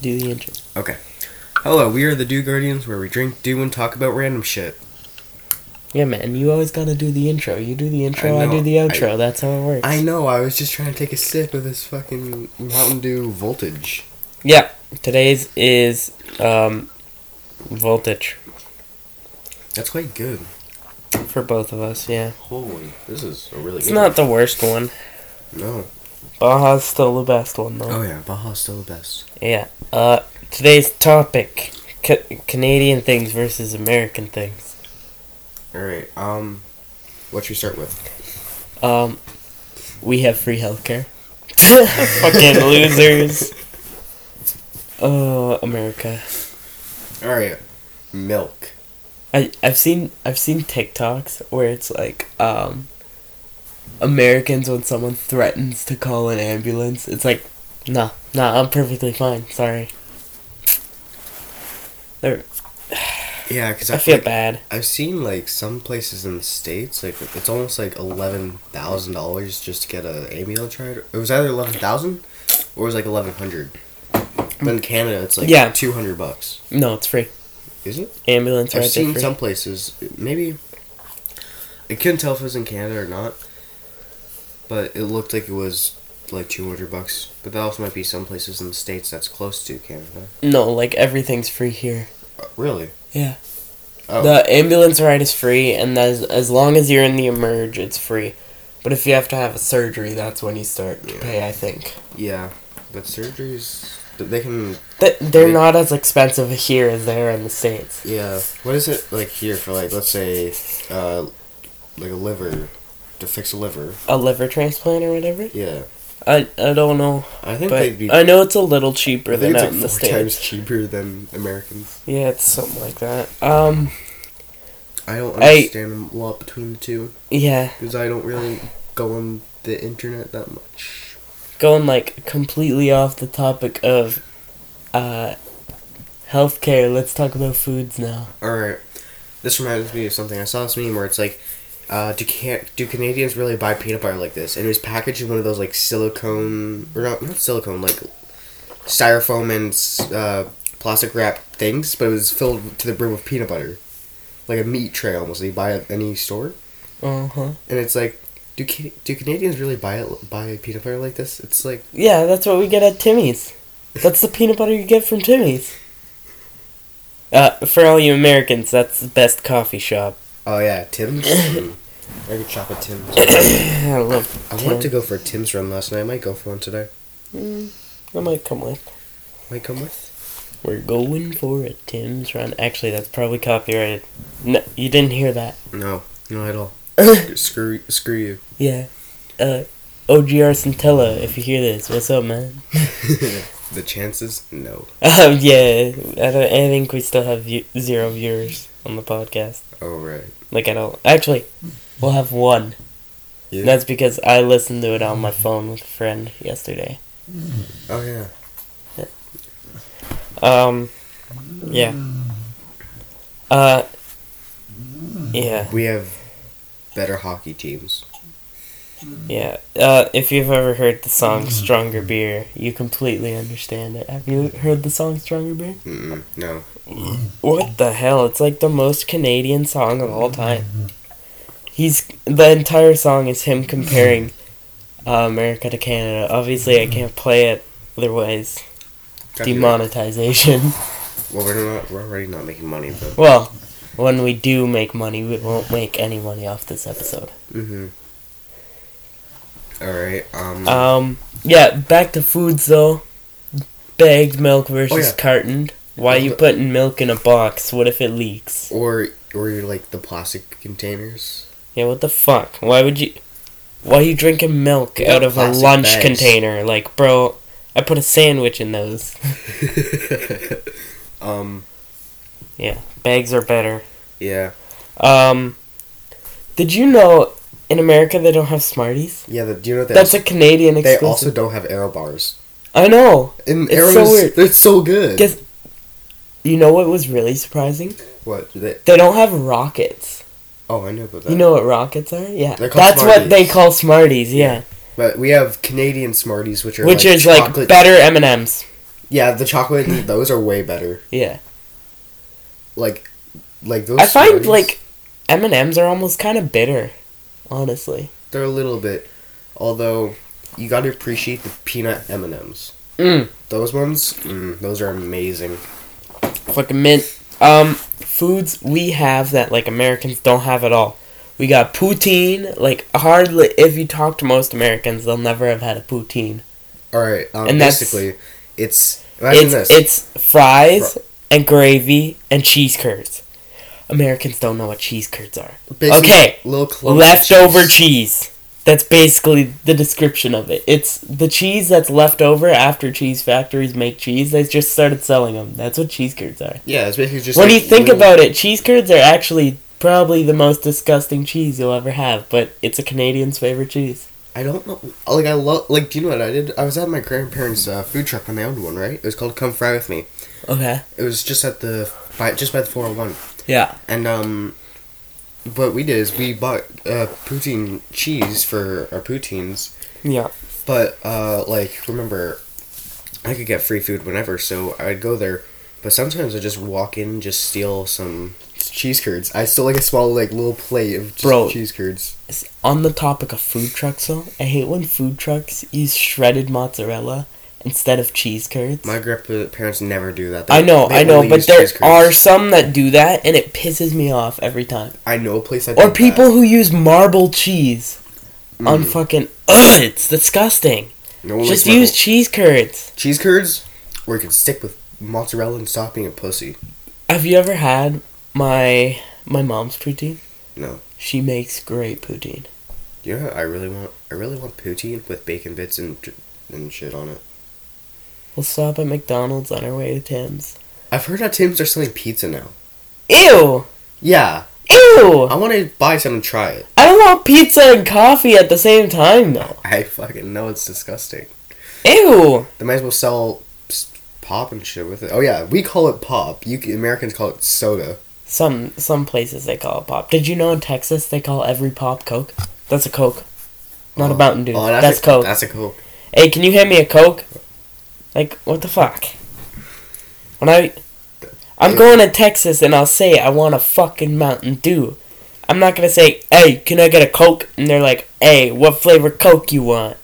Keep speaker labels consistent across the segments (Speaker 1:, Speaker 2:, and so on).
Speaker 1: Do the intro.
Speaker 2: Okay. Hello, we are the Dew Guardians, where we drink, do, and talk about random shit.
Speaker 1: Yeah, man. You always gotta do the intro. You do the intro. I,
Speaker 2: know,
Speaker 1: do the
Speaker 2: I-
Speaker 1: outro. That's how it works.
Speaker 2: I know, I was just trying to take a sip of this fucking Mountain Dew voltage.
Speaker 1: Yeah. Today's is um, voltage
Speaker 2: That's quite good.
Speaker 1: for both of us. Yeah.
Speaker 2: Holy, this is a really
Speaker 1: It's not the worst one.
Speaker 2: No.
Speaker 1: Baja's still the best one though.
Speaker 2: Oh yeah, Baja's still the best.
Speaker 1: Yeah. Uh, today's topic: ca- Canadian things versus American things.
Speaker 2: Alright, um, what should we start with?
Speaker 1: Um, we have free healthcare. Fucking losers. Uh, America.
Speaker 2: Alright, milk.
Speaker 1: I I've seen I've seen TikToks where it's like um Americans when someone threatens to call an ambulance, it's like, nah, nah, I'm perfectly fine. Sorry. They're,
Speaker 2: Yeah, because I,
Speaker 1: I feel
Speaker 2: like,
Speaker 1: bad.
Speaker 2: I've seen like some places in the states, like it's almost like eleven thousand dollars just to get a ambulance ride. It was either eleven thousand or it was like eleven hundred. But in Canada, it's like
Speaker 1: Yeah.
Speaker 2: two hundred bucks.
Speaker 1: No, it's free.
Speaker 2: Is it?
Speaker 1: Ambulance
Speaker 2: I've
Speaker 1: right
Speaker 2: seen
Speaker 1: free.
Speaker 2: some places. Maybe I couldn't tell if it was in Canada or not, but it looked like it was like two hundred bucks. But that also might be some places in the states that's close to Canada.
Speaker 1: No, like everything's free here.
Speaker 2: Uh, really?
Speaker 1: Yeah.
Speaker 2: Oh,
Speaker 1: The ambulance ride is free, and as as long as you're in the emerge, it's free. But if you have to have a surgery, that's when you start to
Speaker 2: Yeah.
Speaker 1: pay. I think
Speaker 2: yeah. But surgeries, they can
Speaker 1: that they're
Speaker 2: Right.
Speaker 1: not as expensive here as they are in the states.
Speaker 2: Yeah. What is it like here for like let's say uh like a liver to fix a liver.
Speaker 1: a liver transplant or whatever.
Speaker 2: Yeah.
Speaker 1: I I don't know,
Speaker 2: I think
Speaker 1: but
Speaker 2: they'd be
Speaker 1: I know it's a little cheaper
Speaker 2: I
Speaker 1: than
Speaker 2: think it's
Speaker 1: out
Speaker 2: like
Speaker 1: in
Speaker 2: four
Speaker 1: the states.
Speaker 2: times cheaper than Americans.
Speaker 1: Yeah, it's something like that. Um,
Speaker 2: I don't
Speaker 1: I-
Speaker 2: understand a lot between the two
Speaker 1: yeah,
Speaker 2: because I don't really go on the internet that much.
Speaker 1: going like completely off the topic of, uh, healthcare. Let's talk about foods now.
Speaker 2: All right. This reminds me of something I saw this meme where it's like uh, do can do Canadians really buy peanut butter like this? And it was packaged in one of those like silicone or not not silicone like styrofoam and s- uh, plastic wrap things, but it was filled to the brim with peanut butter, like a meat tray almost. that you buy at any store,
Speaker 1: Uh huh.
Speaker 2: and it's like do Ca- do Canadians really buy it buy peanut butter like this? It's like
Speaker 1: Yeah, that's what we get at Timmy's. That's the peanut butter you get from Timmy's. Uh, for all you Americans, that's the best coffee shop.
Speaker 2: oh yeah, Tim's. Mm. I could shop at Tim's. I
Speaker 1: I love.
Speaker 2: wanted to
Speaker 1: Tim.
Speaker 2: go for a Tim's run last night. I might go for one today.
Speaker 1: Mm, I might come with.
Speaker 2: Might come with.
Speaker 1: We're going for a Tim's run. Actually, that's probably copyrighted. No, you didn't hear that.
Speaker 2: No, not at all. screw screw you.
Speaker 1: yeah. Uh, OGR Centella, if you hear this, what's up, man?
Speaker 2: the chances? No.
Speaker 1: Um, yeah, I don't. I think we still have view- zero viewers on the podcast.
Speaker 2: Oh right.
Speaker 1: Like at all. Actually, we'll have one.
Speaker 2: Yeah.
Speaker 1: That's because I listened to it on my phone with a friend yesterday.
Speaker 2: oh yeah.
Speaker 1: Um, yeah. Uh, yeah.
Speaker 2: We have better hockey teams.
Speaker 1: Yeah. Uh, if you've ever heard the song Stronger Beer, you completely understand it. Have you heard the song Stronger Beer?
Speaker 2: Mm-mm, no.
Speaker 1: What the hell? It's like the most Canadian song of all time. He's the entire song is him comparing uh, America to Canada. Obviously, I can't play it otherwise. Demonetization.
Speaker 2: Well, we're not. We're already not making money, but.
Speaker 1: Well, when we do make money, we won't make any money off this episode.
Speaker 2: Mm-hmm. All right. Um.
Speaker 1: Um, yeah, back to foods though. Bagged milk versus
Speaker 2: yeah.
Speaker 1: cartoned. Why you putting milk in a box? What if it leaks?
Speaker 2: or or you like the plastic containers.
Speaker 1: Yeah, what the fuck? Why would you? Why you drinking milk
Speaker 2: You got
Speaker 1: out of a
Speaker 2: plastic
Speaker 1: lunch
Speaker 2: bags.
Speaker 1: container? Like, bro, I put a sandwich in those.
Speaker 2: um.
Speaker 1: Bags are better.
Speaker 2: Yeah.
Speaker 1: Um, did you know in America they don't have Smarties?
Speaker 2: Yeah. The, do you know that?
Speaker 1: That's a Canadian
Speaker 2: They also
Speaker 1: exclusive.
Speaker 2: don't have arrow bars.
Speaker 1: I know.
Speaker 2: And
Speaker 1: It's
Speaker 2: arrows,
Speaker 1: so weird.
Speaker 2: they're so good.
Speaker 1: Guess- You know what was really surprising?
Speaker 2: what? Do they?
Speaker 1: They don't have rockets.
Speaker 2: Oh, I know about that.
Speaker 1: You know what rockets are? Yeah.
Speaker 2: They're called
Speaker 1: That's what
Speaker 2: Smarties.
Speaker 1: they call Smarties, yeah.
Speaker 2: But we have Canadian Smarties, which are
Speaker 1: Which
Speaker 2: like
Speaker 1: is like
Speaker 2: chocolate-
Speaker 1: better M&Ms.
Speaker 2: Yeah, the chocolate and those are way better.
Speaker 1: Yeah.
Speaker 2: Like, like those.
Speaker 1: I find
Speaker 2: Smarties,
Speaker 1: like M and M's are almost kind of bitter, honestly.
Speaker 2: they're a little bit, although you got to appreciate the peanut M and M's.
Speaker 1: Mm.
Speaker 2: Those ones, mm, those are amazing.
Speaker 1: Fucking mint. Um, foods we have that like Americans don't have at all. We got poutine. Like hardly, if you talk to most Americans, they'll never have had a poutine.
Speaker 2: All right, um,
Speaker 1: And that's-
Speaker 2: basically, it's imagine
Speaker 1: it's
Speaker 2: this.
Speaker 1: it's fries and gravy and cheese curds. Americans don't know what cheese curds are.
Speaker 2: Basically,
Speaker 1: okay,
Speaker 2: little clumps of
Speaker 1: leftover cheese. That's basically the description of it. It's the cheese that's left over after cheese factories make cheese. They just started selling them. That's what cheese curds are.
Speaker 2: Yeah, it's basically just.
Speaker 1: when
Speaker 2: like,
Speaker 1: you think
Speaker 2: little-
Speaker 1: about it, cheese curds are actually probably the most disgusting cheese you'll ever have, but it's a Canadian's favorite cheese.
Speaker 2: I don't know. Like I love. Like do you know what I did? I was at my grandparents' uh, food truck when they owned one. Right? It was called Come Fry with Me.
Speaker 1: Okay.
Speaker 2: It was just at the by just by the four hundred one.
Speaker 1: Yeah.
Speaker 2: And um, what we did is we bought uh, poutine cheese for our poutines.
Speaker 1: Yeah.
Speaker 2: But uh, like remember, I could get free food whenever, so I'd go there. But sometimes I just walk in, and just steal some cheese curds. I still like a small like little plate of just
Speaker 1: Bro.
Speaker 2: cheese curds.
Speaker 1: S- On the topic of food trucks, though, I hate when food trucks use shredded mozzarella instead of cheese curds.
Speaker 2: My grandparents never do that. They-
Speaker 1: I know,
Speaker 2: they
Speaker 1: I know,
Speaker 2: only
Speaker 1: but
Speaker 2: use
Speaker 1: there
Speaker 2: cheese curds.
Speaker 1: are some that do that, and it pisses me off every time.
Speaker 2: I know a place that
Speaker 1: Or
Speaker 2: did
Speaker 1: people who use marble cheese
Speaker 2: that.
Speaker 1: on
Speaker 2: Mm.
Speaker 1: fucking. Ugh, it's disgusting.
Speaker 2: No one
Speaker 1: Just
Speaker 2: likes
Speaker 1: use
Speaker 2: Marvel.
Speaker 1: cheese curds.
Speaker 2: cheese curds, or you can stick with mozzarella and stop being a pussy.
Speaker 1: Have you ever had my my mom's poutine?
Speaker 2: No.
Speaker 1: She makes great poutine.
Speaker 2: You know, what I really want, I really want poutine with bacon bits and dr- and shit on it.
Speaker 1: We'll stop at McDonald's on our way to Tim's.
Speaker 2: I've heard that Tim's are selling pizza now.
Speaker 1: Ew!
Speaker 2: Yeah,
Speaker 1: Ew!
Speaker 2: I want to buy some and try it.
Speaker 1: I don't want pizza and coffee at the same time, though.
Speaker 2: I fucking know it's disgusting.
Speaker 1: Ew!
Speaker 2: They might as well sell s- pop and shit with it. Oh yeah, we call it pop. You c- Americans call it soda.
Speaker 1: Some some places they call it pop. Did you know in Texas they call every pop Coke? That's a Coke. Not
Speaker 2: Oh.
Speaker 1: a Mountain Dew.
Speaker 2: Oh,
Speaker 1: that's
Speaker 2: a,
Speaker 1: Coke.
Speaker 2: That's a Coke.
Speaker 1: hey, can you hand me a Coke? Like, what the fuck? When I I'm
Speaker 2: Yeah.
Speaker 1: going to Texas and I'll say I want a fucking Mountain Dew. I'm not gonna say, Hey, can I get a Coke? And they're like, Hey, what flavor Coke you want?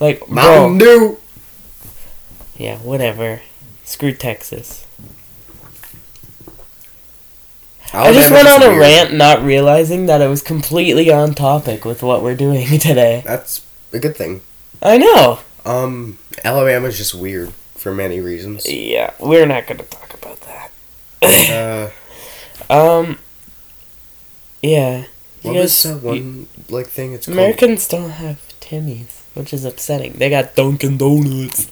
Speaker 1: Like
Speaker 2: Mountain
Speaker 1: bro,
Speaker 2: Dew.
Speaker 1: Yeah, whatever. Screw Texas. I just went on a
Speaker 2: Alabama's weird.
Speaker 1: rant not realizing that I was completely on topic with what we're doing today.
Speaker 2: That's a good thing.
Speaker 1: I know.
Speaker 2: Um, Alabama's just weird for many reasons.
Speaker 1: Yeah, we're not going to talk about that.
Speaker 2: Uh,
Speaker 1: Um Yeah. You
Speaker 2: what
Speaker 1: guys-
Speaker 2: was that
Speaker 1: you-
Speaker 2: one like thing? It's called?
Speaker 1: Americans don't have Timmy's, which is upsetting. They got Dunkin' Donuts.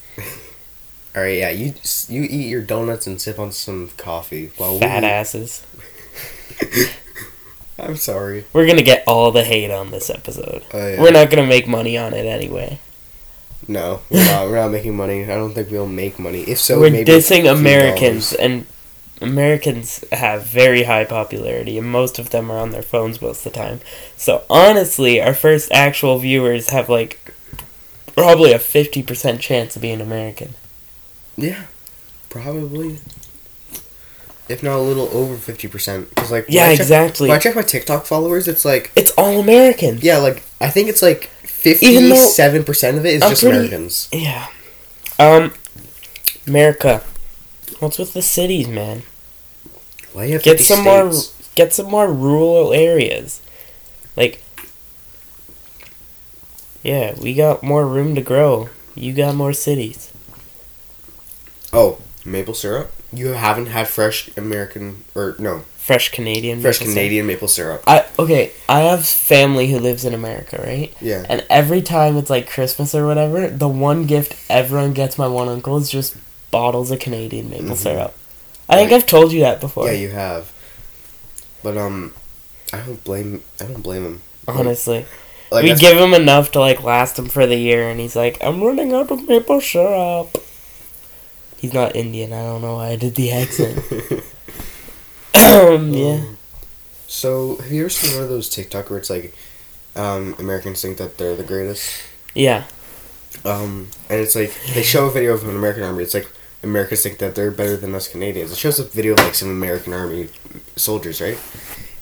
Speaker 2: All right, yeah. You s- you eat your donuts and sip on some coffee while
Speaker 1: Fat
Speaker 2: we.
Speaker 1: asses.
Speaker 2: I'm sorry.
Speaker 1: We're gonna get all the hate on this episode.
Speaker 2: Oh, yeah.
Speaker 1: We're not gonna make money on it anyway.
Speaker 2: No, we're not, we're not making money. I don't think we'll make money. If so,
Speaker 1: We're
Speaker 2: maybe a
Speaker 1: dissing
Speaker 2: few
Speaker 1: Americans,
Speaker 2: dollars.
Speaker 1: and Americans have very high popularity, and most of them are on their phones most of the time. So honestly, our first actual viewers have like probably a fifty percent chance of being American.
Speaker 2: Yeah, probably. If not a little over fifty percent, because like when
Speaker 1: Yeah,
Speaker 2: I check-
Speaker 1: exactly.
Speaker 2: When I check my TikTok followers, it's like
Speaker 1: It's all Americans.
Speaker 2: yeah, like I think it's like
Speaker 1: Even though-
Speaker 2: fifty-seven percent of it is
Speaker 1: I'm
Speaker 2: just
Speaker 1: pretty-
Speaker 2: Americans.
Speaker 1: Yeah. Um, America, what's with the cities, man?
Speaker 2: Why do you have
Speaker 1: Get
Speaker 2: 50
Speaker 1: some more,
Speaker 2: states?
Speaker 1: get some more rural areas. Like, yeah, we got more room to grow. You got more cities.
Speaker 2: Oh, maple syrup. You haven't had fresh American or no
Speaker 1: Fresh Canadian.
Speaker 2: fresh
Speaker 1: maple syrup.
Speaker 2: Canadian maple syrup.
Speaker 1: I okay. I have family who lives in America, right?
Speaker 2: Yeah.
Speaker 1: And every time it's like Christmas or whatever, the one gift everyone gets my one uncle is just bottles of Canadian maple
Speaker 2: Mhm.
Speaker 1: syrup. I think
Speaker 2: Right.
Speaker 1: I've told you that before.
Speaker 2: Yeah, you have. But um, I don't blame. I don't blame him.
Speaker 1: honestly.
Speaker 2: Like
Speaker 1: we
Speaker 2: that's-
Speaker 1: give him enough to like last him for the year, and he's like, "I'm running out of maple syrup." He's not Indian. I don't know why I did the accent. um, yeah,
Speaker 2: So have you ever seen one of those TikTok where it's like, um, Americans think that they're the greatest?
Speaker 1: yeah.
Speaker 2: Um, and it's like they show a video of an American army. It's like Americans think that they're better than us Canadians. It shows a video of like some American army soldiers, right?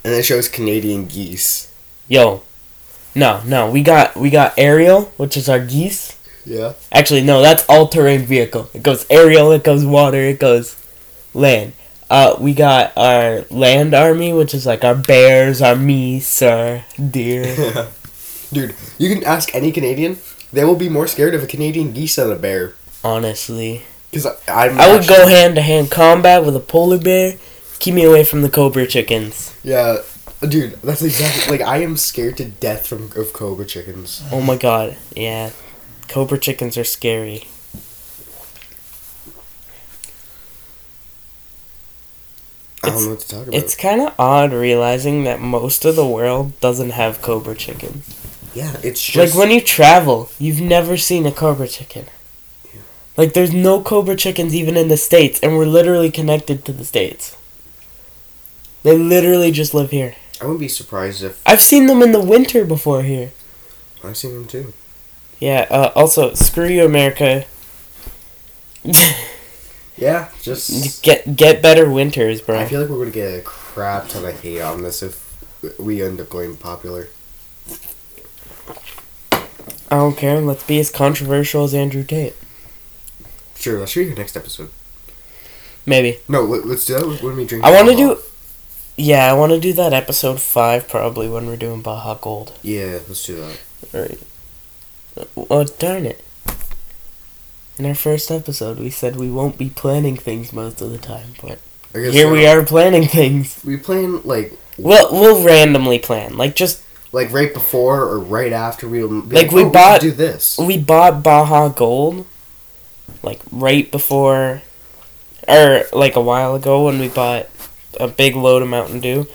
Speaker 2: And then it shows Canadian geese.
Speaker 1: Yo, no, no, we got we got aerial, which is our geese.
Speaker 2: Yeah.
Speaker 1: Actually, no, that's all terrain vehicle. It goes aerial, it goes water, it goes land. Uh, we got our land army, which is like our bears, our meese, our deer.
Speaker 2: Dude, you can ask any Canadian, they will be more scared of a Canadian geese than a bear.
Speaker 1: Honestly,
Speaker 2: Because I'm.
Speaker 1: I would
Speaker 2: actually-
Speaker 1: go hand to hand combat with a polar bear. Keep me away from the cobra chickens.
Speaker 2: Yeah, dude, that's exactly like I am scared to death from of cobra chickens.
Speaker 1: Oh my god, yeah, cobra chickens are scary.
Speaker 2: I
Speaker 1: It's-
Speaker 2: don't know what to talk about.
Speaker 1: It's kind of odd realizing that most of the world doesn't have cobra chickens.
Speaker 2: yeah, it's just
Speaker 1: like when you travel, you've never seen a cobra chicken. Like there's no cobra chickens even in the states, and we're literally connected to the states. They literally just live here.
Speaker 2: I wouldn't be surprised if
Speaker 1: I've seen them in the winter before here.
Speaker 2: I've seen them too.
Speaker 1: Yeah. Uh, also, screw you, America.
Speaker 2: Yeah, just
Speaker 1: get get better winters, bro.
Speaker 2: I feel like we're gonna get a crap ton of hate on this if we end up going popular.
Speaker 1: I don't care. Let's be as controversial as Andrew Tate.
Speaker 2: Sure, that should be your next episode.
Speaker 1: Maybe.
Speaker 2: No, let, let's do that when we drink.
Speaker 1: I want to
Speaker 2: alcohol.
Speaker 1: do. Yeah, I want to do that episode five probably when we're doing Baja Gold.
Speaker 2: Yeah, let's do that.
Speaker 1: Right. Oh, darn it. In our first episode, we said we won't be planning things most of the time, but
Speaker 2: I guess
Speaker 1: here we are planning things.
Speaker 2: We plan like
Speaker 1: We'll, we'll randomly plan. Like, just,
Speaker 2: like right before or right after we'll be
Speaker 1: Like, we
Speaker 2: should
Speaker 1: bought-
Speaker 2: do this.
Speaker 1: we bought Baja Gold, like, right before, or, like, a while ago when we bought a big load of Mountain Dew.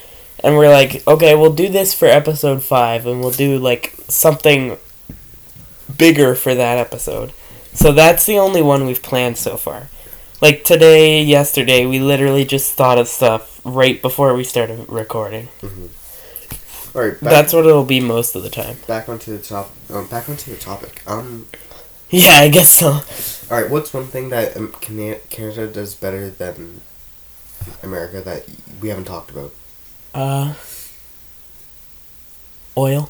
Speaker 1: And we're like, okay, we'll do this for episode five, and we'll do, like, something bigger for that episode. So that's the only one we've planned so far. Like today, yesterday, we literally just thought of stuff right before we started recording.
Speaker 2: All right, back,
Speaker 1: That's what it'll be most of the time.
Speaker 2: back onto the top. Um, back onto the topic. Um,
Speaker 1: Yeah, I guess so.
Speaker 2: All right, what's one thing that um, Cana- Canada does better than America that we haven't talked about?
Speaker 1: Uh, oil.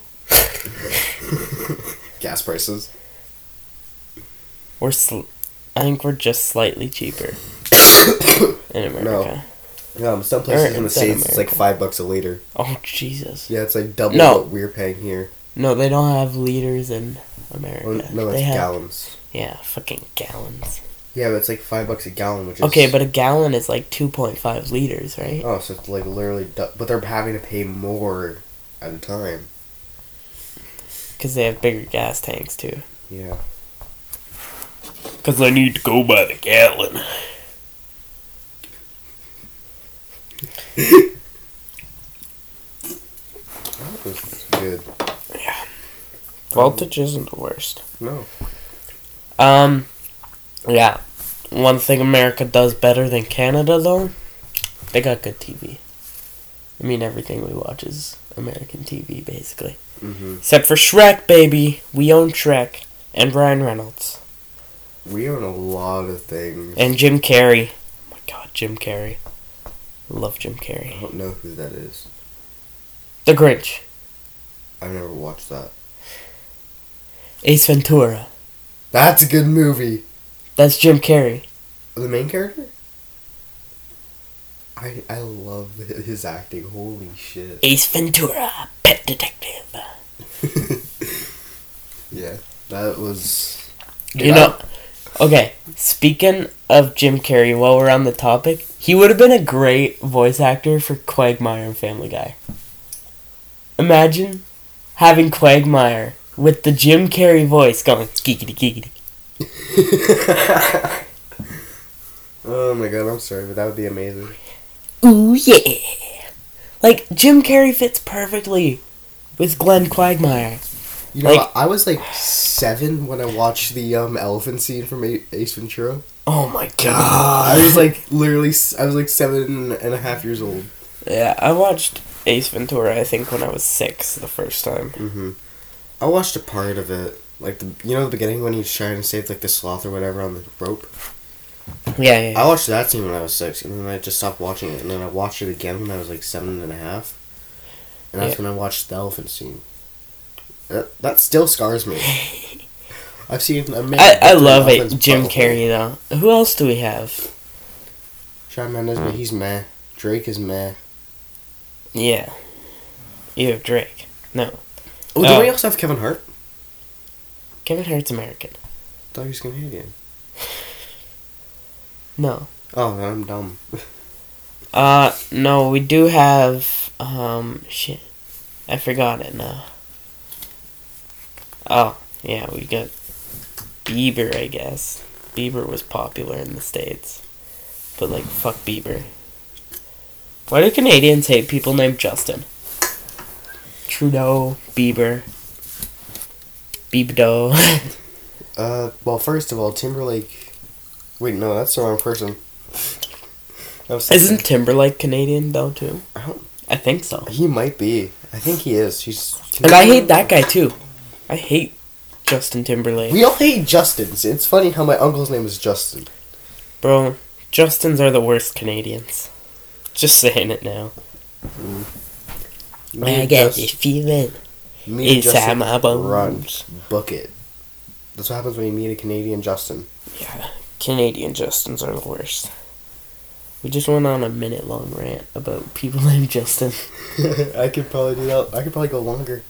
Speaker 2: Gas prices.
Speaker 1: We're sl- I think we're just slightly cheaper in America.
Speaker 2: Um, some places in the
Speaker 1: Americans said
Speaker 2: states it's like
Speaker 1: America.
Speaker 2: five bucks a liter.
Speaker 1: Oh Jesus!
Speaker 2: Yeah, it's like double
Speaker 1: No.
Speaker 2: what we're paying here.
Speaker 1: No, they don't have liters in
Speaker 2: Or,
Speaker 1: America.
Speaker 2: no,
Speaker 1: they
Speaker 2: it's
Speaker 1: have
Speaker 2: gallons.
Speaker 1: yeah, fucking gallons.
Speaker 2: Yeah, but it's like five bucks a gallon, which is
Speaker 1: Okay, but a gallon is like two point five liters, right?
Speaker 2: oh, so it's like literally, du- but they're having to pay more at a time.
Speaker 1: Because they have bigger gas tanks too.
Speaker 2: Yeah,
Speaker 1: Because I need to go by the gallon.
Speaker 2: that was good.
Speaker 1: Voltage isn't the worst.
Speaker 2: No,
Speaker 1: Um, yeah. One thing America does better than Canada, though, they got good TV. I mean, everything we watch is American TV, basically.
Speaker 2: hmm
Speaker 1: Except for Shrek, baby. We own Shrek. And Ryan Reynolds.
Speaker 2: we own a lot of things.
Speaker 1: And Jim Carrey. Oh my god, Jim Carrey. Love Jim
Speaker 2: I
Speaker 1: Carrey.
Speaker 2: don't know who that is.
Speaker 1: The Grinch.
Speaker 2: I've never watched that.
Speaker 1: Ace Ventura.
Speaker 2: That's a good movie.
Speaker 1: That's Jim Carrey.
Speaker 2: The main character? I I love his acting. Holy shit.
Speaker 1: Ace Ventura, pet detective.
Speaker 2: yeah, that was.
Speaker 1: You know, okay. Speaking of Jim Carrey, while we're on the topic, he would have been a great voice actor for Quagmire and Family Guy. Imagine having Quagmire with the Jim Carrey voice going geekity geekity.
Speaker 2: oh my god, I'm sorry, but that would be amazing.
Speaker 1: Ooh yeah! Like Jim Carrey fits perfectly with Glenn Quagmire.
Speaker 2: You know,
Speaker 1: Like-
Speaker 2: I was like seven when I watched the um elephant scene from A- Ace Ventura.
Speaker 1: Oh my god!
Speaker 2: I was like literally, s- I was like seven and a half years old.
Speaker 1: yeah, I watched Ace Ventura. I think when I was six the first time.
Speaker 2: hmm I watched a part of it, like the you know the beginning when he's trying to save like the sloth or whatever on the rope.
Speaker 1: Yeah, yeah, yeah.
Speaker 2: I watched that scene when I was six, and then I just stopped watching it, and then I watched it again when I was like seven and a half, and that's when I watched the elephant scene. That, that still scars me. I've seen. a million
Speaker 1: I, I
Speaker 2: different
Speaker 1: love it,
Speaker 2: elephants
Speaker 1: Jim
Speaker 2: butthole.
Speaker 1: Carrey though. Who else do we have?
Speaker 2: Shawn Mendes, but he's meh. Drake is meh.
Speaker 1: Yeah, you have Drake. No,
Speaker 2: Oh, do
Speaker 1: Oh.
Speaker 2: we also have Kevin Hart?
Speaker 1: Kevin Hart's American.
Speaker 2: thought he was Canadian.
Speaker 1: No,
Speaker 2: Oh, then I'm dumb.
Speaker 1: uh, no, we do have um shit. I forgot it now. Oh yeah, we got Bieber. I guess Bieber was popular in the states, but like fuck Bieber. Why do Canadians hate people named Justin? Trudeau, Bieber, Bieberdo.
Speaker 2: Uh, well, first of all, Timberlake. Wait, no, that's the wrong person. That was-
Speaker 1: Isn't Timberlake Canadian though too?
Speaker 2: I don't-
Speaker 1: I think so.
Speaker 2: he might be? I think he is. He's.
Speaker 1: And I hate that guy too. I hate Justin Timberlake.
Speaker 2: We all hate Justin's. It's funny how my uncle's name is Justin.
Speaker 1: Bro, Justins are the worst Canadians. Just saying it now.
Speaker 2: Me and Just-
Speaker 1: feeling
Speaker 2: me and Justin
Speaker 1: my
Speaker 2: run, book it. That's what happens when you meet a Canadian Justin.
Speaker 1: Yeah, Canadian Justins are the worst. We just went on a minute long rant about people named Justin.
Speaker 2: I could probably do that. I could probably go longer.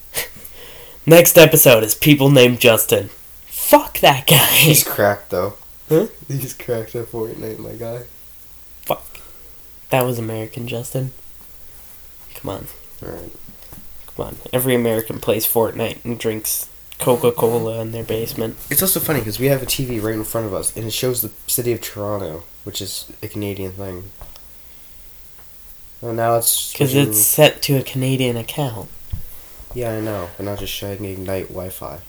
Speaker 1: Next episode is people named Justin. Fuck that guy.
Speaker 2: He's cracked though.
Speaker 1: Huh?
Speaker 2: He's cracked at Fortnite, my guy.
Speaker 1: Fuck. That was American Justin. Come on.
Speaker 2: All right.
Speaker 1: Come on. Every American plays Fortnite and drinks Coca Cola in their basement.
Speaker 2: It's also funny because we have a TV right in front of us, and it shows the city of Toronto, which is a Canadian thing. Well, now it's
Speaker 1: Because
Speaker 2: switching-
Speaker 1: it's set to a Canadian account.
Speaker 2: yeah, I know, and not just showing Ignite Wi-Fi.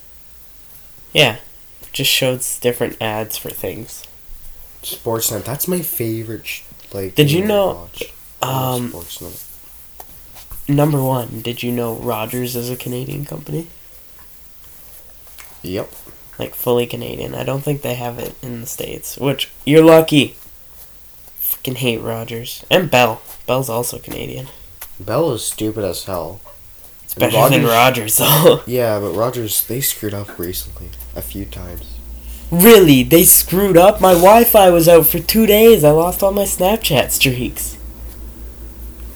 Speaker 1: Yeah. It just shows different ads for things.
Speaker 2: Sportsnet. That's my favorite. Sh- like,
Speaker 1: Did you
Speaker 2: thing to
Speaker 1: know-
Speaker 2: watch. I love
Speaker 1: Um,
Speaker 2: Sportsnet.
Speaker 1: number one, did you know Rogers is a Canadian company?
Speaker 2: Yep.
Speaker 1: Like, fully Canadian. I don't think they have it in the States, which you're lucky. Fucking hate Rogers. And Bell. Bell's also Canadian.
Speaker 2: Bell is stupid as hell.
Speaker 1: It's
Speaker 2: And
Speaker 1: better than Rogers, though.
Speaker 2: Yeah, but Rogers they screwed up recently a few times.
Speaker 1: Really? They screwed up? My Wi Fi was out for two days. I lost all my Snapchat streaks.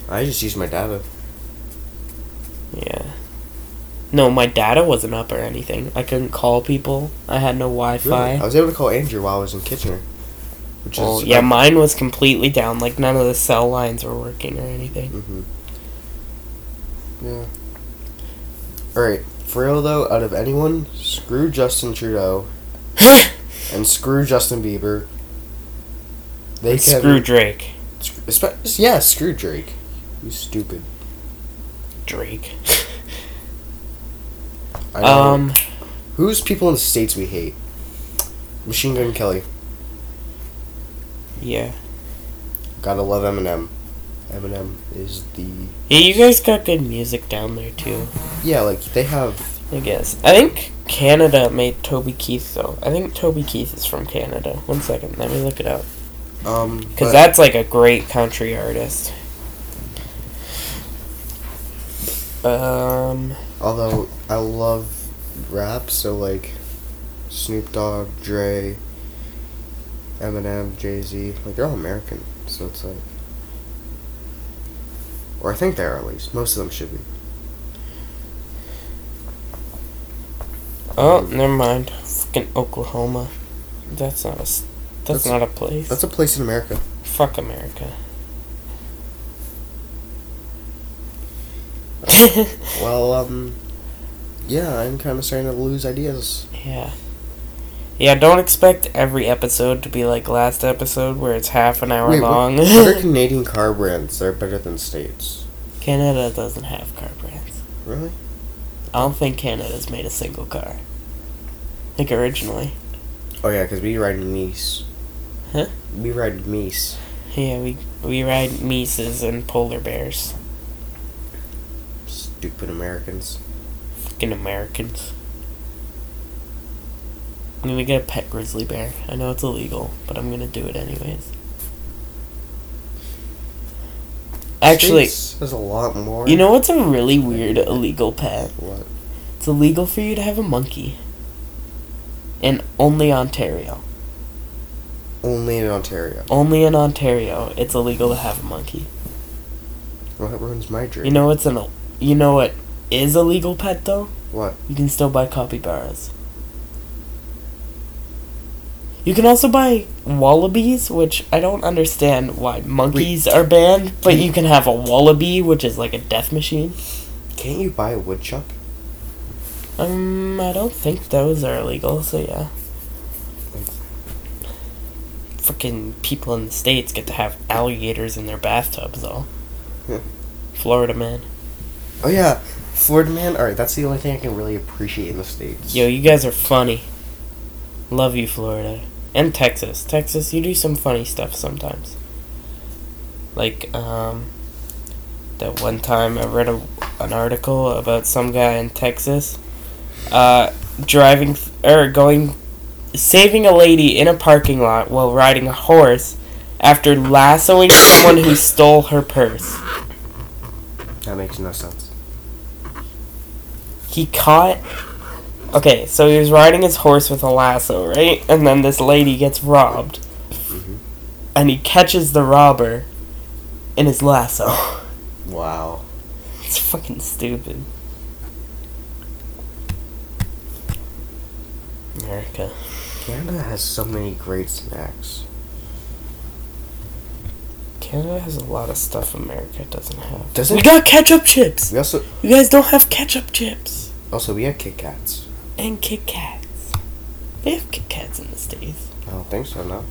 Speaker 2: I just used my data.
Speaker 1: Yeah. No, my data wasn't up or anything. I couldn't call people. I had no Wi Fi.
Speaker 2: Really? I was able to call Andrew while I was in Kitchener, which
Speaker 1: Well,
Speaker 2: is
Speaker 1: yeah,
Speaker 2: uh,
Speaker 1: mine was completely down. Like, none of the cell lines were working or anything.
Speaker 2: Mm-hmm. Yeah. Alright, for real though, out of anyone, screw Justin Trudeau and screw Justin Bieber. They can
Speaker 1: Screw Drake.
Speaker 2: sc- espe- yeah, screw Drake. You stupid.
Speaker 1: Drake.
Speaker 2: I know.
Speaker 1: Um,
Speaker 2: Who's people in the states we hate? Machine Gun Kelly.
Speaker 1: yeah.
Speaker 2: Gotta love Eminem. Eminem is the
Speaker 1: Yeah, you guys got good music down there, too,
Speaker 2: yeah. Like they have
Speaker 1: I guess. I think Canada made Toby Keith, though. I think Toby Keith is from Canada. One second, let me look it up.
Speaker 2: um.
Speaker 1: Because
Speaker 2: but-
Speaker 1: that's like a great country artist. Um,
Speaker 2: Although I love rap, so like Snoop Dogg, Dre, Eminem, Jay Z, like they're all American, so it's like, or I think they are at least. Most of them should be.
Speaker 1: oh,
Speaker 2: Um,
Speaker 1: never mind. Fucking Oklahoma. That's not a. s- That's,
Speaker 2: That's-
Speaker 1: not a place.
Speaker 2: That's a place in America.
Speaker 1: Fuck America.
Speaker 2: Well, um, yeah, I'm kind of starting to lose ideas.
Speaker 1: yeah. Yeah, don't expect every episode to be like last episode where it's half an hour
Speaker 2: Wait,
Speaker 1: long.
Speaker 2: What, what are Canadian car brands that are better than states?
Speaker 1: Canada doesn't have car brands.
Speaker 2: Really?
Speaker 1: I don't think Canada's made a single car. Like originally.
Speaker 2: Oh yeah, because we ride Meese.
Speaker 1: Huh?
Speaker 2: We ride Meese.
Speaker 1: Yeah, we we ride Mises and polar bears.
Speaker 2: Stupid Americans.
Speaker 1: Fucking Americans. I'm gonna get a pet grizzly bear. I know it's illegal, but I'm gonna do it anyways. Actually,
Speaker 2: States, there's a lot more.
Speaker 1: you know what's a really weird illegal pet?
Speaker 2: what?
Speaker 1: It's illegal for you to have a monkey. In only Ontario.
Speaker 2: Only in Ontario.
Speaker 1: Only in Ontario, it's illegal to have a monkey.
Speaker 2: Well, that ruins my dream.
Speaker 1: You know it's an. You know what is a legal pet though?
Speaker 2: what?
Speaker 1: You can still buy capybaras. You can also buy wallabies, which I don't understand why monkeys are banned, but you can have a wallaby, which is like a death machine.
Speaker 2: Can't you buy a woodchuck?
Speaker 1: Um, I don't think those are illegal, so yeah. Fucking people in the States get to have alligators in their bathtubs, though.
Speaker 2: Yeah.
Speaker 1: Florida man.
Speaker 2: Oh yeah, Florida man. All right, that's the only thing I can really appreciate in the states.
Speaker 1: Yo, you guys are funny. Love you, Florida. And Texas. Texas, you do some funny stuff sometimes. Like, um, that one time I read a, an article about some guy in Texas, uh, driving, th- or going, saving a lady in a parking lot while riding a horse after lassoing someone who stole her purse.
Speaker 2: That makes no sense.
Speaker 1: he caught okay so he was riding his horse with a lasso right and then this lady gets robbed and he catches the robber in his lasso
Speaker 2: Wow.
Speaker 1: it's fucking stupid america
Speaker 2: Canada has so many great snacks.
Speaker 1: canada has a lot of stuff america doesn't have
Speaker 2: Does
Speaker 1: we
Speaker 2: it?
Speaker 1: got ketchup chips
Speaker 2: We also
Speaker 1: you guys don't have ketchup chips
Speaker 2: also we have Kit Kats.
Speaker 1: and kit kats they have kit kats in the states
Speaker 2: I don't think so. No.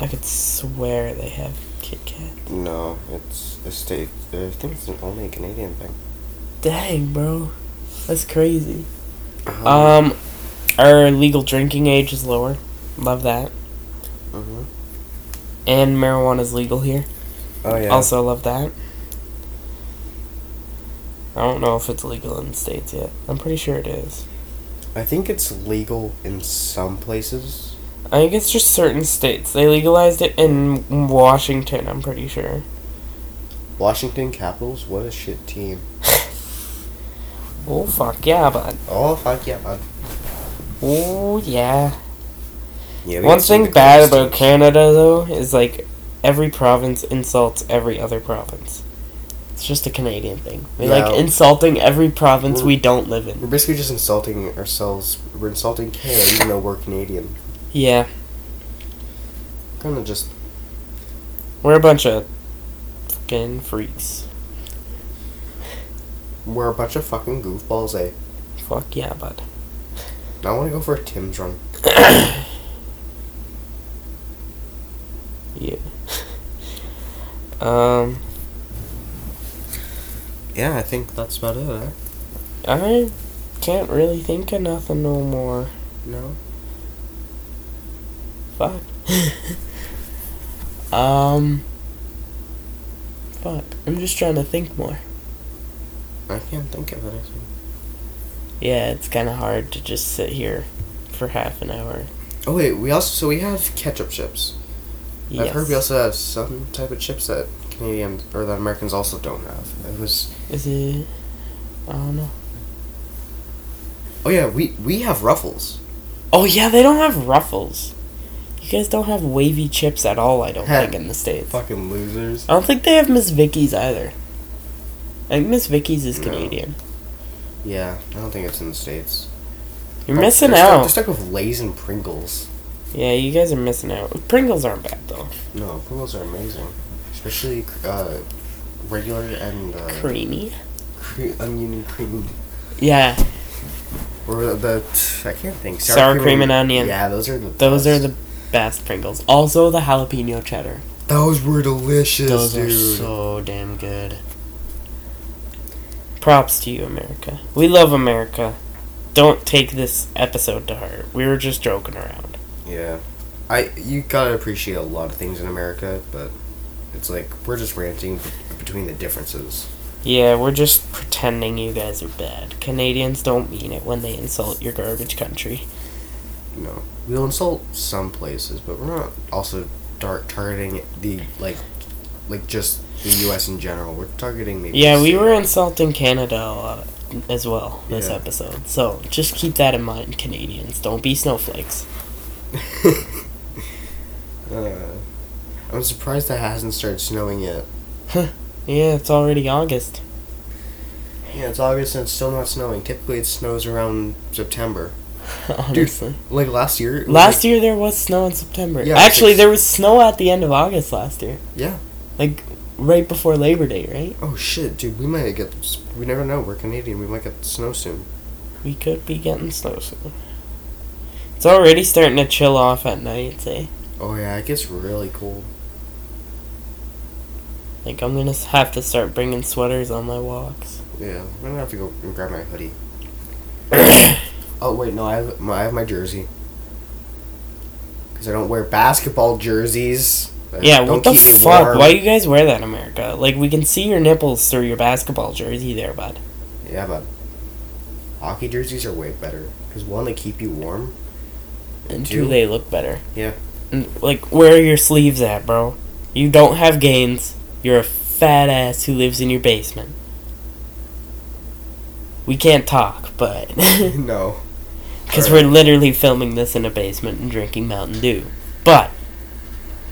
Speaker 1: i could swear they have kit kats
Speaker 2: No, it's a state. I think it's an, only a Canadian thing.
Speaker 1: Dang, bro. That's crazy. Um, our legal drinking age is lower. Love that.
Speaker 2: mhm.
Speaker 1: And marijuana's legal here.
Speaker 2: Oh yeah.
Speaker 1: Also love that. I don't know if it's legal in the States yet. I'm pretty sure it is.
Speaker 2: I think it's legal in some places.
Speaker 1: I think it's just certain states. They legalized it in Washington, I'm pretty sure.
Speaker 2: Washington Capitals, what a shit team.
Speaker 1: Oh, fuck yeah, bud.
Speaker 2: Oh fuck yeah, bud.
Speaker 1: Oh, yeah.
Speaker 2: Yeah. we
Speaker 1: One
Speaker 2: got some of
Speaker 1: thing
Speaker 2: the
Speaker 1: bad
Speaker 2: coolest
Speaker 1: about
Speaker 2: teams.
Speaker 1: Canada, though, is like every province insults every other province. It's just a Canadian thing. We like
Speaker 2: Yeah.
Speaker 1: insulting every province
Speaker 2: We're-
Speaker 1: we don't live in.
Speaker 2: We're basically just insulting ourselves. We're insulting Canada, even though we're Canadian.
Speaker 1: Yeah,
Speaker 2: Kind of just
Speaker 1: we're a bunch of fucking freaks.
Speaker 2: we're a bunch of fucking goofballs, eh?
Speaker 1: Fuck yeah, bud.
Speaker 2: I want to go for a Tim's run.
Speaker 1: Yeah. um,
Speaker 2: Yeah, I think that's about it. Eh?
Speaker 1: I can't really think of nothing no more.
Speaker 2: No.
Speaker 1: Fuck. um. Fuck. I'm just trying to think more.
Speaker 2: I can't think of anything.
Speaker 1: Yeah, it's kind of hard to just sit here for half an hour.
Speaker 2: Oh wait, we also so we have ketchup chips. I've heard we
Speaker 1: Yes.
Speaker 2: also have some type of chips that Canadians or that Americans also don't have. It was
Speaker 1: Is it? I don't know.
Speaker 2: oh yeah, we we have ruffles.
Speaker 1: Oh yeah, they don't have ruffles. You guys don't have wavy chips at all. I don't
Speaker 2: Huh.
Speaker 1: think in the states.
Speaker 2: Fucking losers.
Speaker 1: I don't think they have Miss Vicky's either. I think Miss Vicky's is
Speaker 2: No. Oh,
Speaker 1: Canadian.
Speaker 2: Yeah, I don't think it's in the states.
Speaker 1: You're
Speaker 2: Oh,
Speaker 1: missing
Speaker 2: they're stuck-
Speaker 1: out.
Speaker 2: They're stuck with Lay's and Pringles.
Speaker 1: yeah, you guys are missing out. Pringles aren't bad though.
Speaker 2: No, Pringles are amazing, especially uh, regular and uh,
Speaker 1: Creamy.
Speaker 2: cre- onion and cream
Speaker 1: Yeah,
Speaker 2: or the I can't think
Speaker 1: Sour cream and onion.
Speaker 2: Yeah, those are the
Speaker 1: those are
Speaker 2: best.
Speaker 1: the best Pringles. Also the jalapeno cheddar.
Speaker 2: those were delicious,
Speaker 1: Those
Speaker 2: dude.
Speaker 1: are so damn good. Props to you, America. We love America. Don't take this episode to heart. We were just joking around.
Speaker 2: Yeah, I you gotta appreciate a lot of things in America, but it's like we're just ranting b- between the differences.
Speaker 1: Yeah, we're just pretending you guys are bad. Canadians don't mean it when they insult your garbage country.
Speaker 2: No, we'll insult some places, but we're not also tar- targeting the like, like just the U.S. in general. We're targeting maybe.
Speaker 1: Yeah, we
Speaker 2: state.
Speaker 1: were insulting Canada a lot as well this
Speaker 2: Yeah.
Speaker 1: episode. So just keep that in mind, Canadians. Don't be snowflakes.
Speaker 2: uh, I'm surprised that hasn't started snowing yet.
Speaker 1: Yeah, it's already August.
Speaker 2: Yeah, it's August and it's still not snowing. Typically, it snows around September.
Speaker 1: Honestly.
Speaker 2: Like last year. it was,
Speaker 1: Last year there was snow in September.
Speaker 2: Yeah,
Speaker 1: Actually,
Speaker 2: it's-
Speaker 1: there was snow at the end of August last year.
Speaker 2: Yeah.
Speaker 1: Like right before Labor Day, right?
Speaker 2: like- oh shit, dude, we might get. We never know. We're Canadian. We might get snow soon.
Speaker 1: We could be getting snow soon. It's already starting to chill off at night, eh?
Speaker 2: Oh yeah, it gets really cold.
Speaker 1: Like I'm gonna have to start bringing sweaters on my walks.
Speaker 2: Yeah, I'm gonna have to go and grab my hoodie. oh wait, no, I have my I have my jersey. Cause I don't wear basketball jerseys. That
Speaker 1: yeah,
Speaker 2: don't
Speaker 1: what the
Speaker 2: keep me
Speaker 1: fuck?
Speaker 2: warm.
Speaker 1: Why you guys wear that, America? Like we can see your nipples through your basketball jersey there, bud.
Speaker 2: Yeah, but hockey jerseys are way better. Cause one, they keep you warm.
Speaker 1: And
Speaker 2: do.
Speaker 1: do they look better?
Speaker 2: Yeah.
Speaker 1: And, like where are your sleeves at, bro? You don't have gains. You're a fat ass who lives in your basement. We can't talk, but
Speaker 2: no.
Speaker 1: Because
Speaker 2: Alright.
Speaker 1: we're literally filming this in a basement and drinking Mountain Dew. But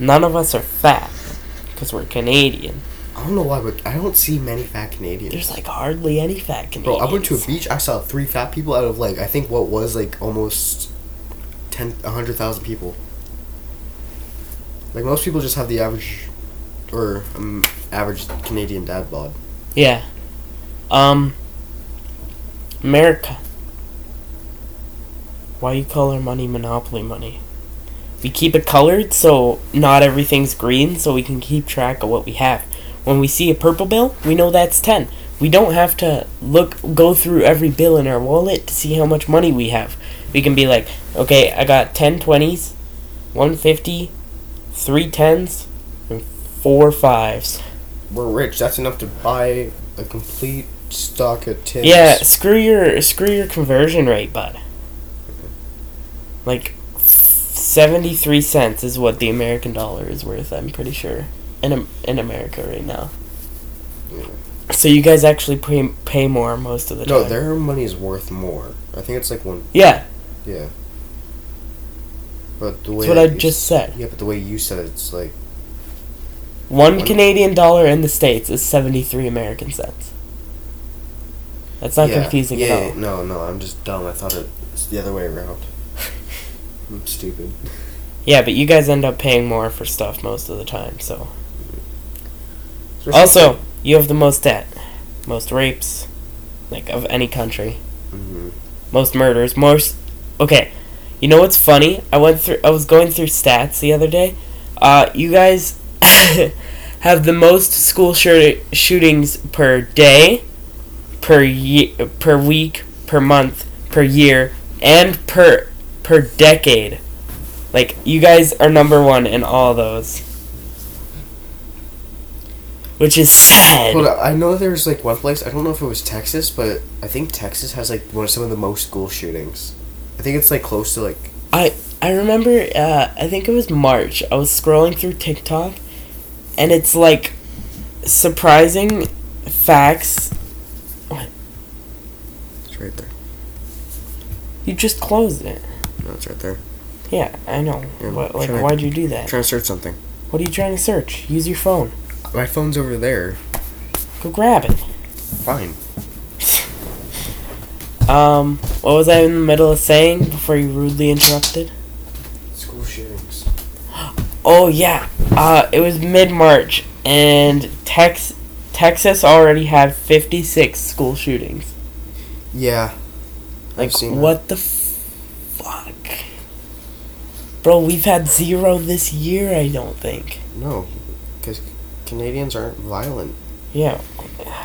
Speaker 1: none of us are fat because we're Canadian.
Speaker 2: I don't know why, but I don't see many fat Canadians.
Speaker 1: There's like hardly any fat
Speaker 2: Bro,
Speaker 1: Canadians.
Speaker 2: I went to a beach. I saw three fat people out of like I think what was like almost ten, a hundred thousand people. Like most people just have the average, or um, average Canadian dad bod.
Speaker 1: yeah. Um. America. Why you call our money monopoly money? We keep it colored so not everything's green, so we can keep track of what we have. When we see a purple bill, we know that's ten. We don't have to look go through every bill in our wallet to see how much money we have. We can be like, okay, I got 10 20s, 150, 3 10s, and 4 5s.
Speaker 2: We're rich. That's enough to buy a complete stock of tins.
Speaker 1: Yeah, screw your screw your conversion rate, bud. Like f- 73 cents is what the American dollar is worth, I'm pretty sure. In Am- in America right now.
Speaker 2: Yeah.
Speaker 1: So you guys actually pay pay more most of the time.
Speaker 2: No, their money is worth more. I think it's like one.
Speaker 1: Yeah,
Speaker 2: Yeah. But the way
Speaker 1: that's what
Speaker 2: that
Speaker 1: I
Speaker 2: you-
Speaker 1: just said.
Speaker 2: Yeah, but the way you said it, it's like
Speaker 1: One
Speaker 2: One-
Speaker 1: Canadian dollar in the States is 73 American cents. That's not
Speaker 2: yeah,
Speaker 1: confusing
Speaker 2: yeah,
Speaker 1: at all.
Speaker 2: yeah, No, no, I'm just dumb. I thought it was the other way around. I'm stupid.
Speaker 1: Yeah, but you guys end up paying more for stuff most of the time, so.
Speaker 2: Especially-
Speaker 1: Also, you have the most debt, most rapes, like, of any country,
Speaker 2: Mhm.
Speaker 1: most murders, most. Okay, you know what's funny? I went through. I was going through stats the other day. Uh, you guys have the most school shir- shootings per day, per ye- per week, per month, per year, and per per decade. Like you guys are number one in all those, which is sad.
Speaker 2: Hold up, I know there was like one place. I don't know if it was Texas, but I think Texas has like one of some of the most school shootings. I think it's like close to like
Speaker 1: I remember, uh, I think it was March. I was scrolling through TikTok, and it's like surprising facts.
Speaker 2: it's right there.
Speaker 1: You just closed it.
Speaker 2: No, it's right there.
Speaker 1: Yeah, I know.
Speaker 2: Yeah,
Speaker 1: What, like,
Speaker 2: try-
Speaker 1: why'd you do that?
Speaker 2: trying to search something.
Speaker 1: What are you trying to search? Use your phone.
Speaker 2: My phone's over there.
Speaker 1: Go grab it.
Speaker 2: Fine.
Speaker 1: Um, what was I in the middle of saying before you rudely interrupted?
Speaker 2: School shootings.
Speaker 1: Oh yeah, uh, it was mid March, and Tex Texas already had fifty six school shootings.
Speaker 2: Yeah.
Speaker 1: Like
Speaker 2: seen that.
Speaker 1: what the fuck, bro? We've had zero this year. I don't think.
Speaker 2: No, because Canadians aren't violent.
Speaker 1: Yeah,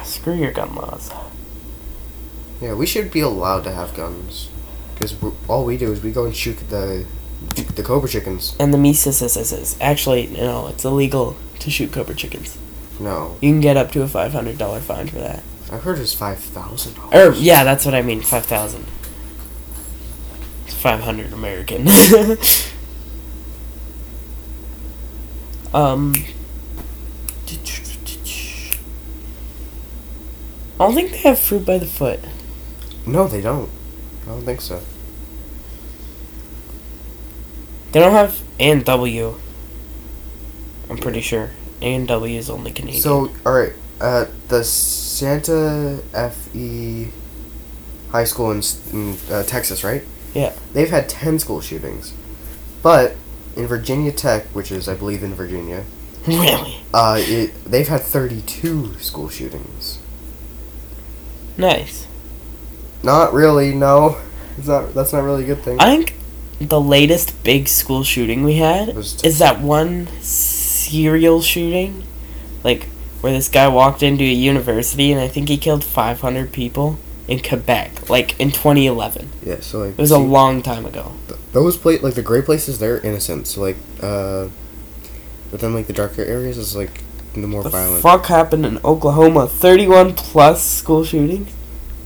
Speaker 1: screw your gun laws.
Speaker 2: Yeah, we should be allowed to have guns. Because all we do is we go and shoot the the cobra chickens.
Speaker 1: And the Mises is actually no, it's illegal to shoot cobra chickens.
Speaker 2: No,
Speaker 1: You can get up to a five hundred dollar fine for that.
Speaker 2: I heard it's five thousand
Speaker 1: Or
Speaker 2: dollars.
Speaker 1: yeah, that's what I mean. Five thousand. It's five hundred American. um. I don't think they have fruit by the foot.
Speaker 2: No, they don't. I don't think so.
Speaker 1: They don't have and W. I'm pretty sure and W is only Canadian.
Speaker 2: So, all right, uh, the Santa Fe High School in, s- in uh, Texas, right?
Speaker 1: Yeah.
Speaker 2: They've had ten school shootings, but in Virginia Tech, which is I believe in Virginia,
Speaker 1: really
Speaker 2: uh, it, they've had thirty-two school shootings.
Speaker 1: nice.
Speaker 2: Not really. No, it's not. That's not really a good thing.
Speaker 1: I think the latest big school shooting we had
Speaker 2: It was-
Speaker 1: is that one serial shooting, like where this guy walked into a university and I think he killed 500 people in Quebec, like in 2011.
Speaker 2: yeah. So like,
Speaker 1: It was a long time ago.
Speaker 2: those place like the gray places they're innocent so like uh but then like the darker areas is like the more
Speaker 1: What the
Speaker 2: violent
Speaker 1: fuck happened in Oklahoma? 31 plus school shootings?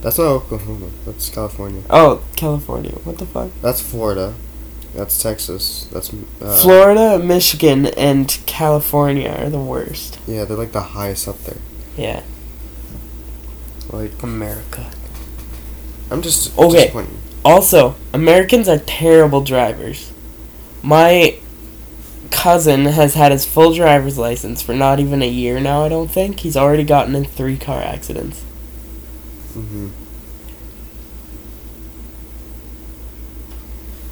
Speaker 2: that's not oklahoma that's california
Speaker 1: Oh, California. What the fuck?
Speaker 2: that's florida that's texas that's uh,
Speaker 1: Florida, Michigan, and California are the worst.
Speaker 2: yeah they're like the highest up there
Speaker 1: Yeah,
Speaker 2: like
Speaker 1: America.
Speaker 2: i'm just
Speaker 1: Okay.
Speaker 2: disappointed.
Speaker 1: Also, Americans are terrible drivers. My cousin has had his full driver's license for not even a year now, I don't think. He's already gotten in three car accidents.
Speaker 2: Mhm.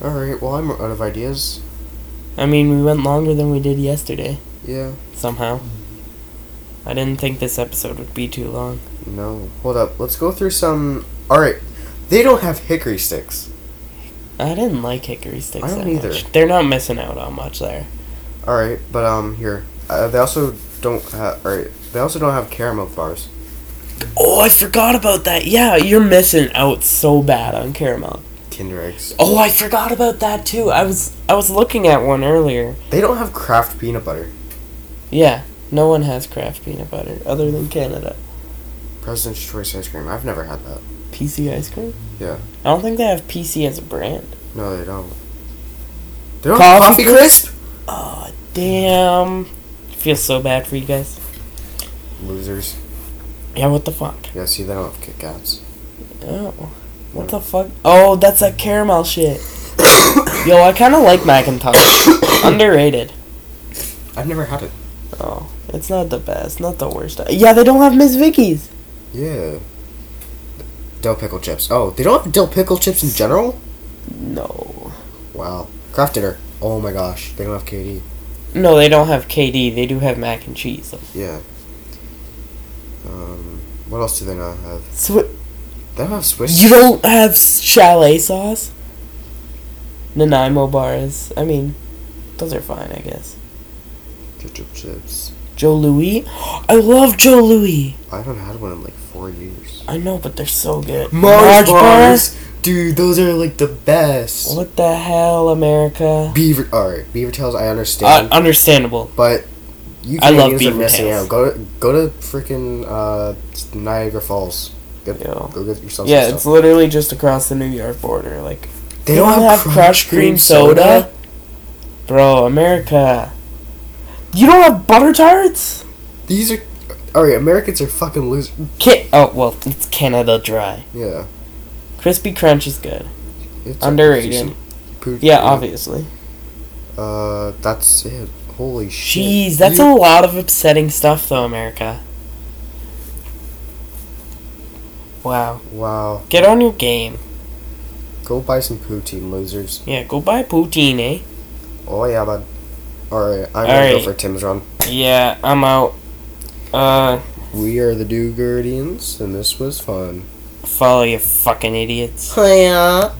Speaker 2: all right well i'm out of ideas
Speaker 1: I mean, we went longer than we did yesterday,
Speaker 2: yeah
Speaker 1: somehow. I didn't think this episode would be too long.
Speaker 2: no hold up let's go through some all right they don't have hickory sticks
Speaker 1: I didn't like hickory sticks
Speaker 2: I don't
Speaker 1: that
Speaker 2: either.
Speaker 1: much. They're not missing out on much there.
Speaker 2: All right, but um, here uh, they also don't have. All right, they also don't have caramel bars.
Speaker 1: Oh, I forgot about that. Yeah, you're missing out so bad on caramel.
Speaker 2: Kinder eggs.
Speaker 1: Oh, I forgot about that too. I was I was looking at one earlier.
Speaker 2: They don't have Kraft peanut butter.
Speaker 1: Yeah, no one has Kraft peanut butter other than Canada.
Speaker 2: President's Choice ice cream. I've never had that.
Speaker 1: PC ice cream?
Speaker 2: Yeah.
Speaker 1: I don't think they have PC as a brand.
Speaker 2: No, they don't. They don't have
Speaker 1: Coffee
Speaker 2: coffee crisp.
Speaker 1: Oh, damn. Feels so bad for you guys.
Speaker 2: Losers.
Speaker 1: Yeah, what the fuck?
Speaker 2: Yeah. See, they don't have Kit Kats.
Speaker 1: Oh. What
Speaker 2: Yeah.
Speaker 1: the fuck? Oh, that's that caramel shit. Yo, I kind of like Macintosh. Underrated.
Speaker 2: I've never had it.
Speaker 1: Oh, it's not the best, not the worst. Yeah, they don't have Miss Vicky's.
Speaker 2: Yeah. Dill pickle chips. Oh, they don't have dill pickle chips in general.
Speaker 1: No.
Speaker 2: Wow. Kraft dinner. Oh my gosh. They don't have E. KD.
Speaker 1: No, they don't have KD. They do have mac and cheese. though.
Speaker 2: Yeah. Um. What else do they not have?
Speaker 1: Swi-
Speaker 2: They don't have Swiss.
Speaker 1: You don't have chalet sauce? Nanaimo bars. I mean, those are fine, I guess.
Speaker 2: ketchup chips.
Speaker 1: Joe Louis? I love Joe Louis!
Speaker 2: I haven't had one in like four years.
Speaker 1: I know, but they're so good.
Speaker 2: Mars
Speaker 1: Mars
Speaker 2: bars, dude, those are like the best.
Speaker 1: What the hell, America?
Speaker 2: Beaver, all right, Beaver Tails, I
Speaker 1: Uh,
Speaker 2: understand,
Speaker 1: understandable.
Speaker 2: but you
Speaker 1: I
Speaker 2: Canadians
Speaker 1: love
Speaker 2: are
Speaker 1: Beaver
Speaker 2: missing
Speaker 1: Tails.
Speaker 2: out. Go to go to freaking uh, Niagara Falls. Get,
Speaker 1: Yo.
Speaker 2: go get yourself.
Speaker 1: Yeah,
Speaker 2: some
Speaker 1: it's
Speaker 2: stuff.
Speaker 1: literally just across the New York border. Like,
Speaker 2: they don't have, crushed cream soda.
Speaker 1: Bro, America. You don't have butter tarts?
Speaker 2: These are, all right, Americans are fucking losers.
Speaker 1: Ki- oh, well, it's Canada Dry.
Speaker 2: Yeah,
Speaker 1: Crispy Crunch is good.
Speaker 2: it's
Speaker 1: Underrated.
Speaker 2: Poo-
Speaker 1: Yeah, obviously.
Speaker 2: Uh, that's it. Holy shit.
Speaker 1: Jeez, that's
Speaker 2: You-
Speaker 1: a lot of upsetting stuff, though, America. Wow.
Speaker 2: Wow.
Speaker 1: Get on your game.
Speaker 2: Go buy some poutine, losers.
Speaker 1: Yeah, go buy poutine, eh?
Speaker 2: Oh yeah, bud. All right, I'm gonna
Speaker 1: All
Speaker 2: go
Speaker 1: right.
Speaker 2: for Tim's run.
Speaker 1: Yeah, I'm out. Uh,
Speaker 2: We are the Do Guardians, and this was fun.
Speaker 1: follow you fucking idiots.
Speaker 2: Yeah.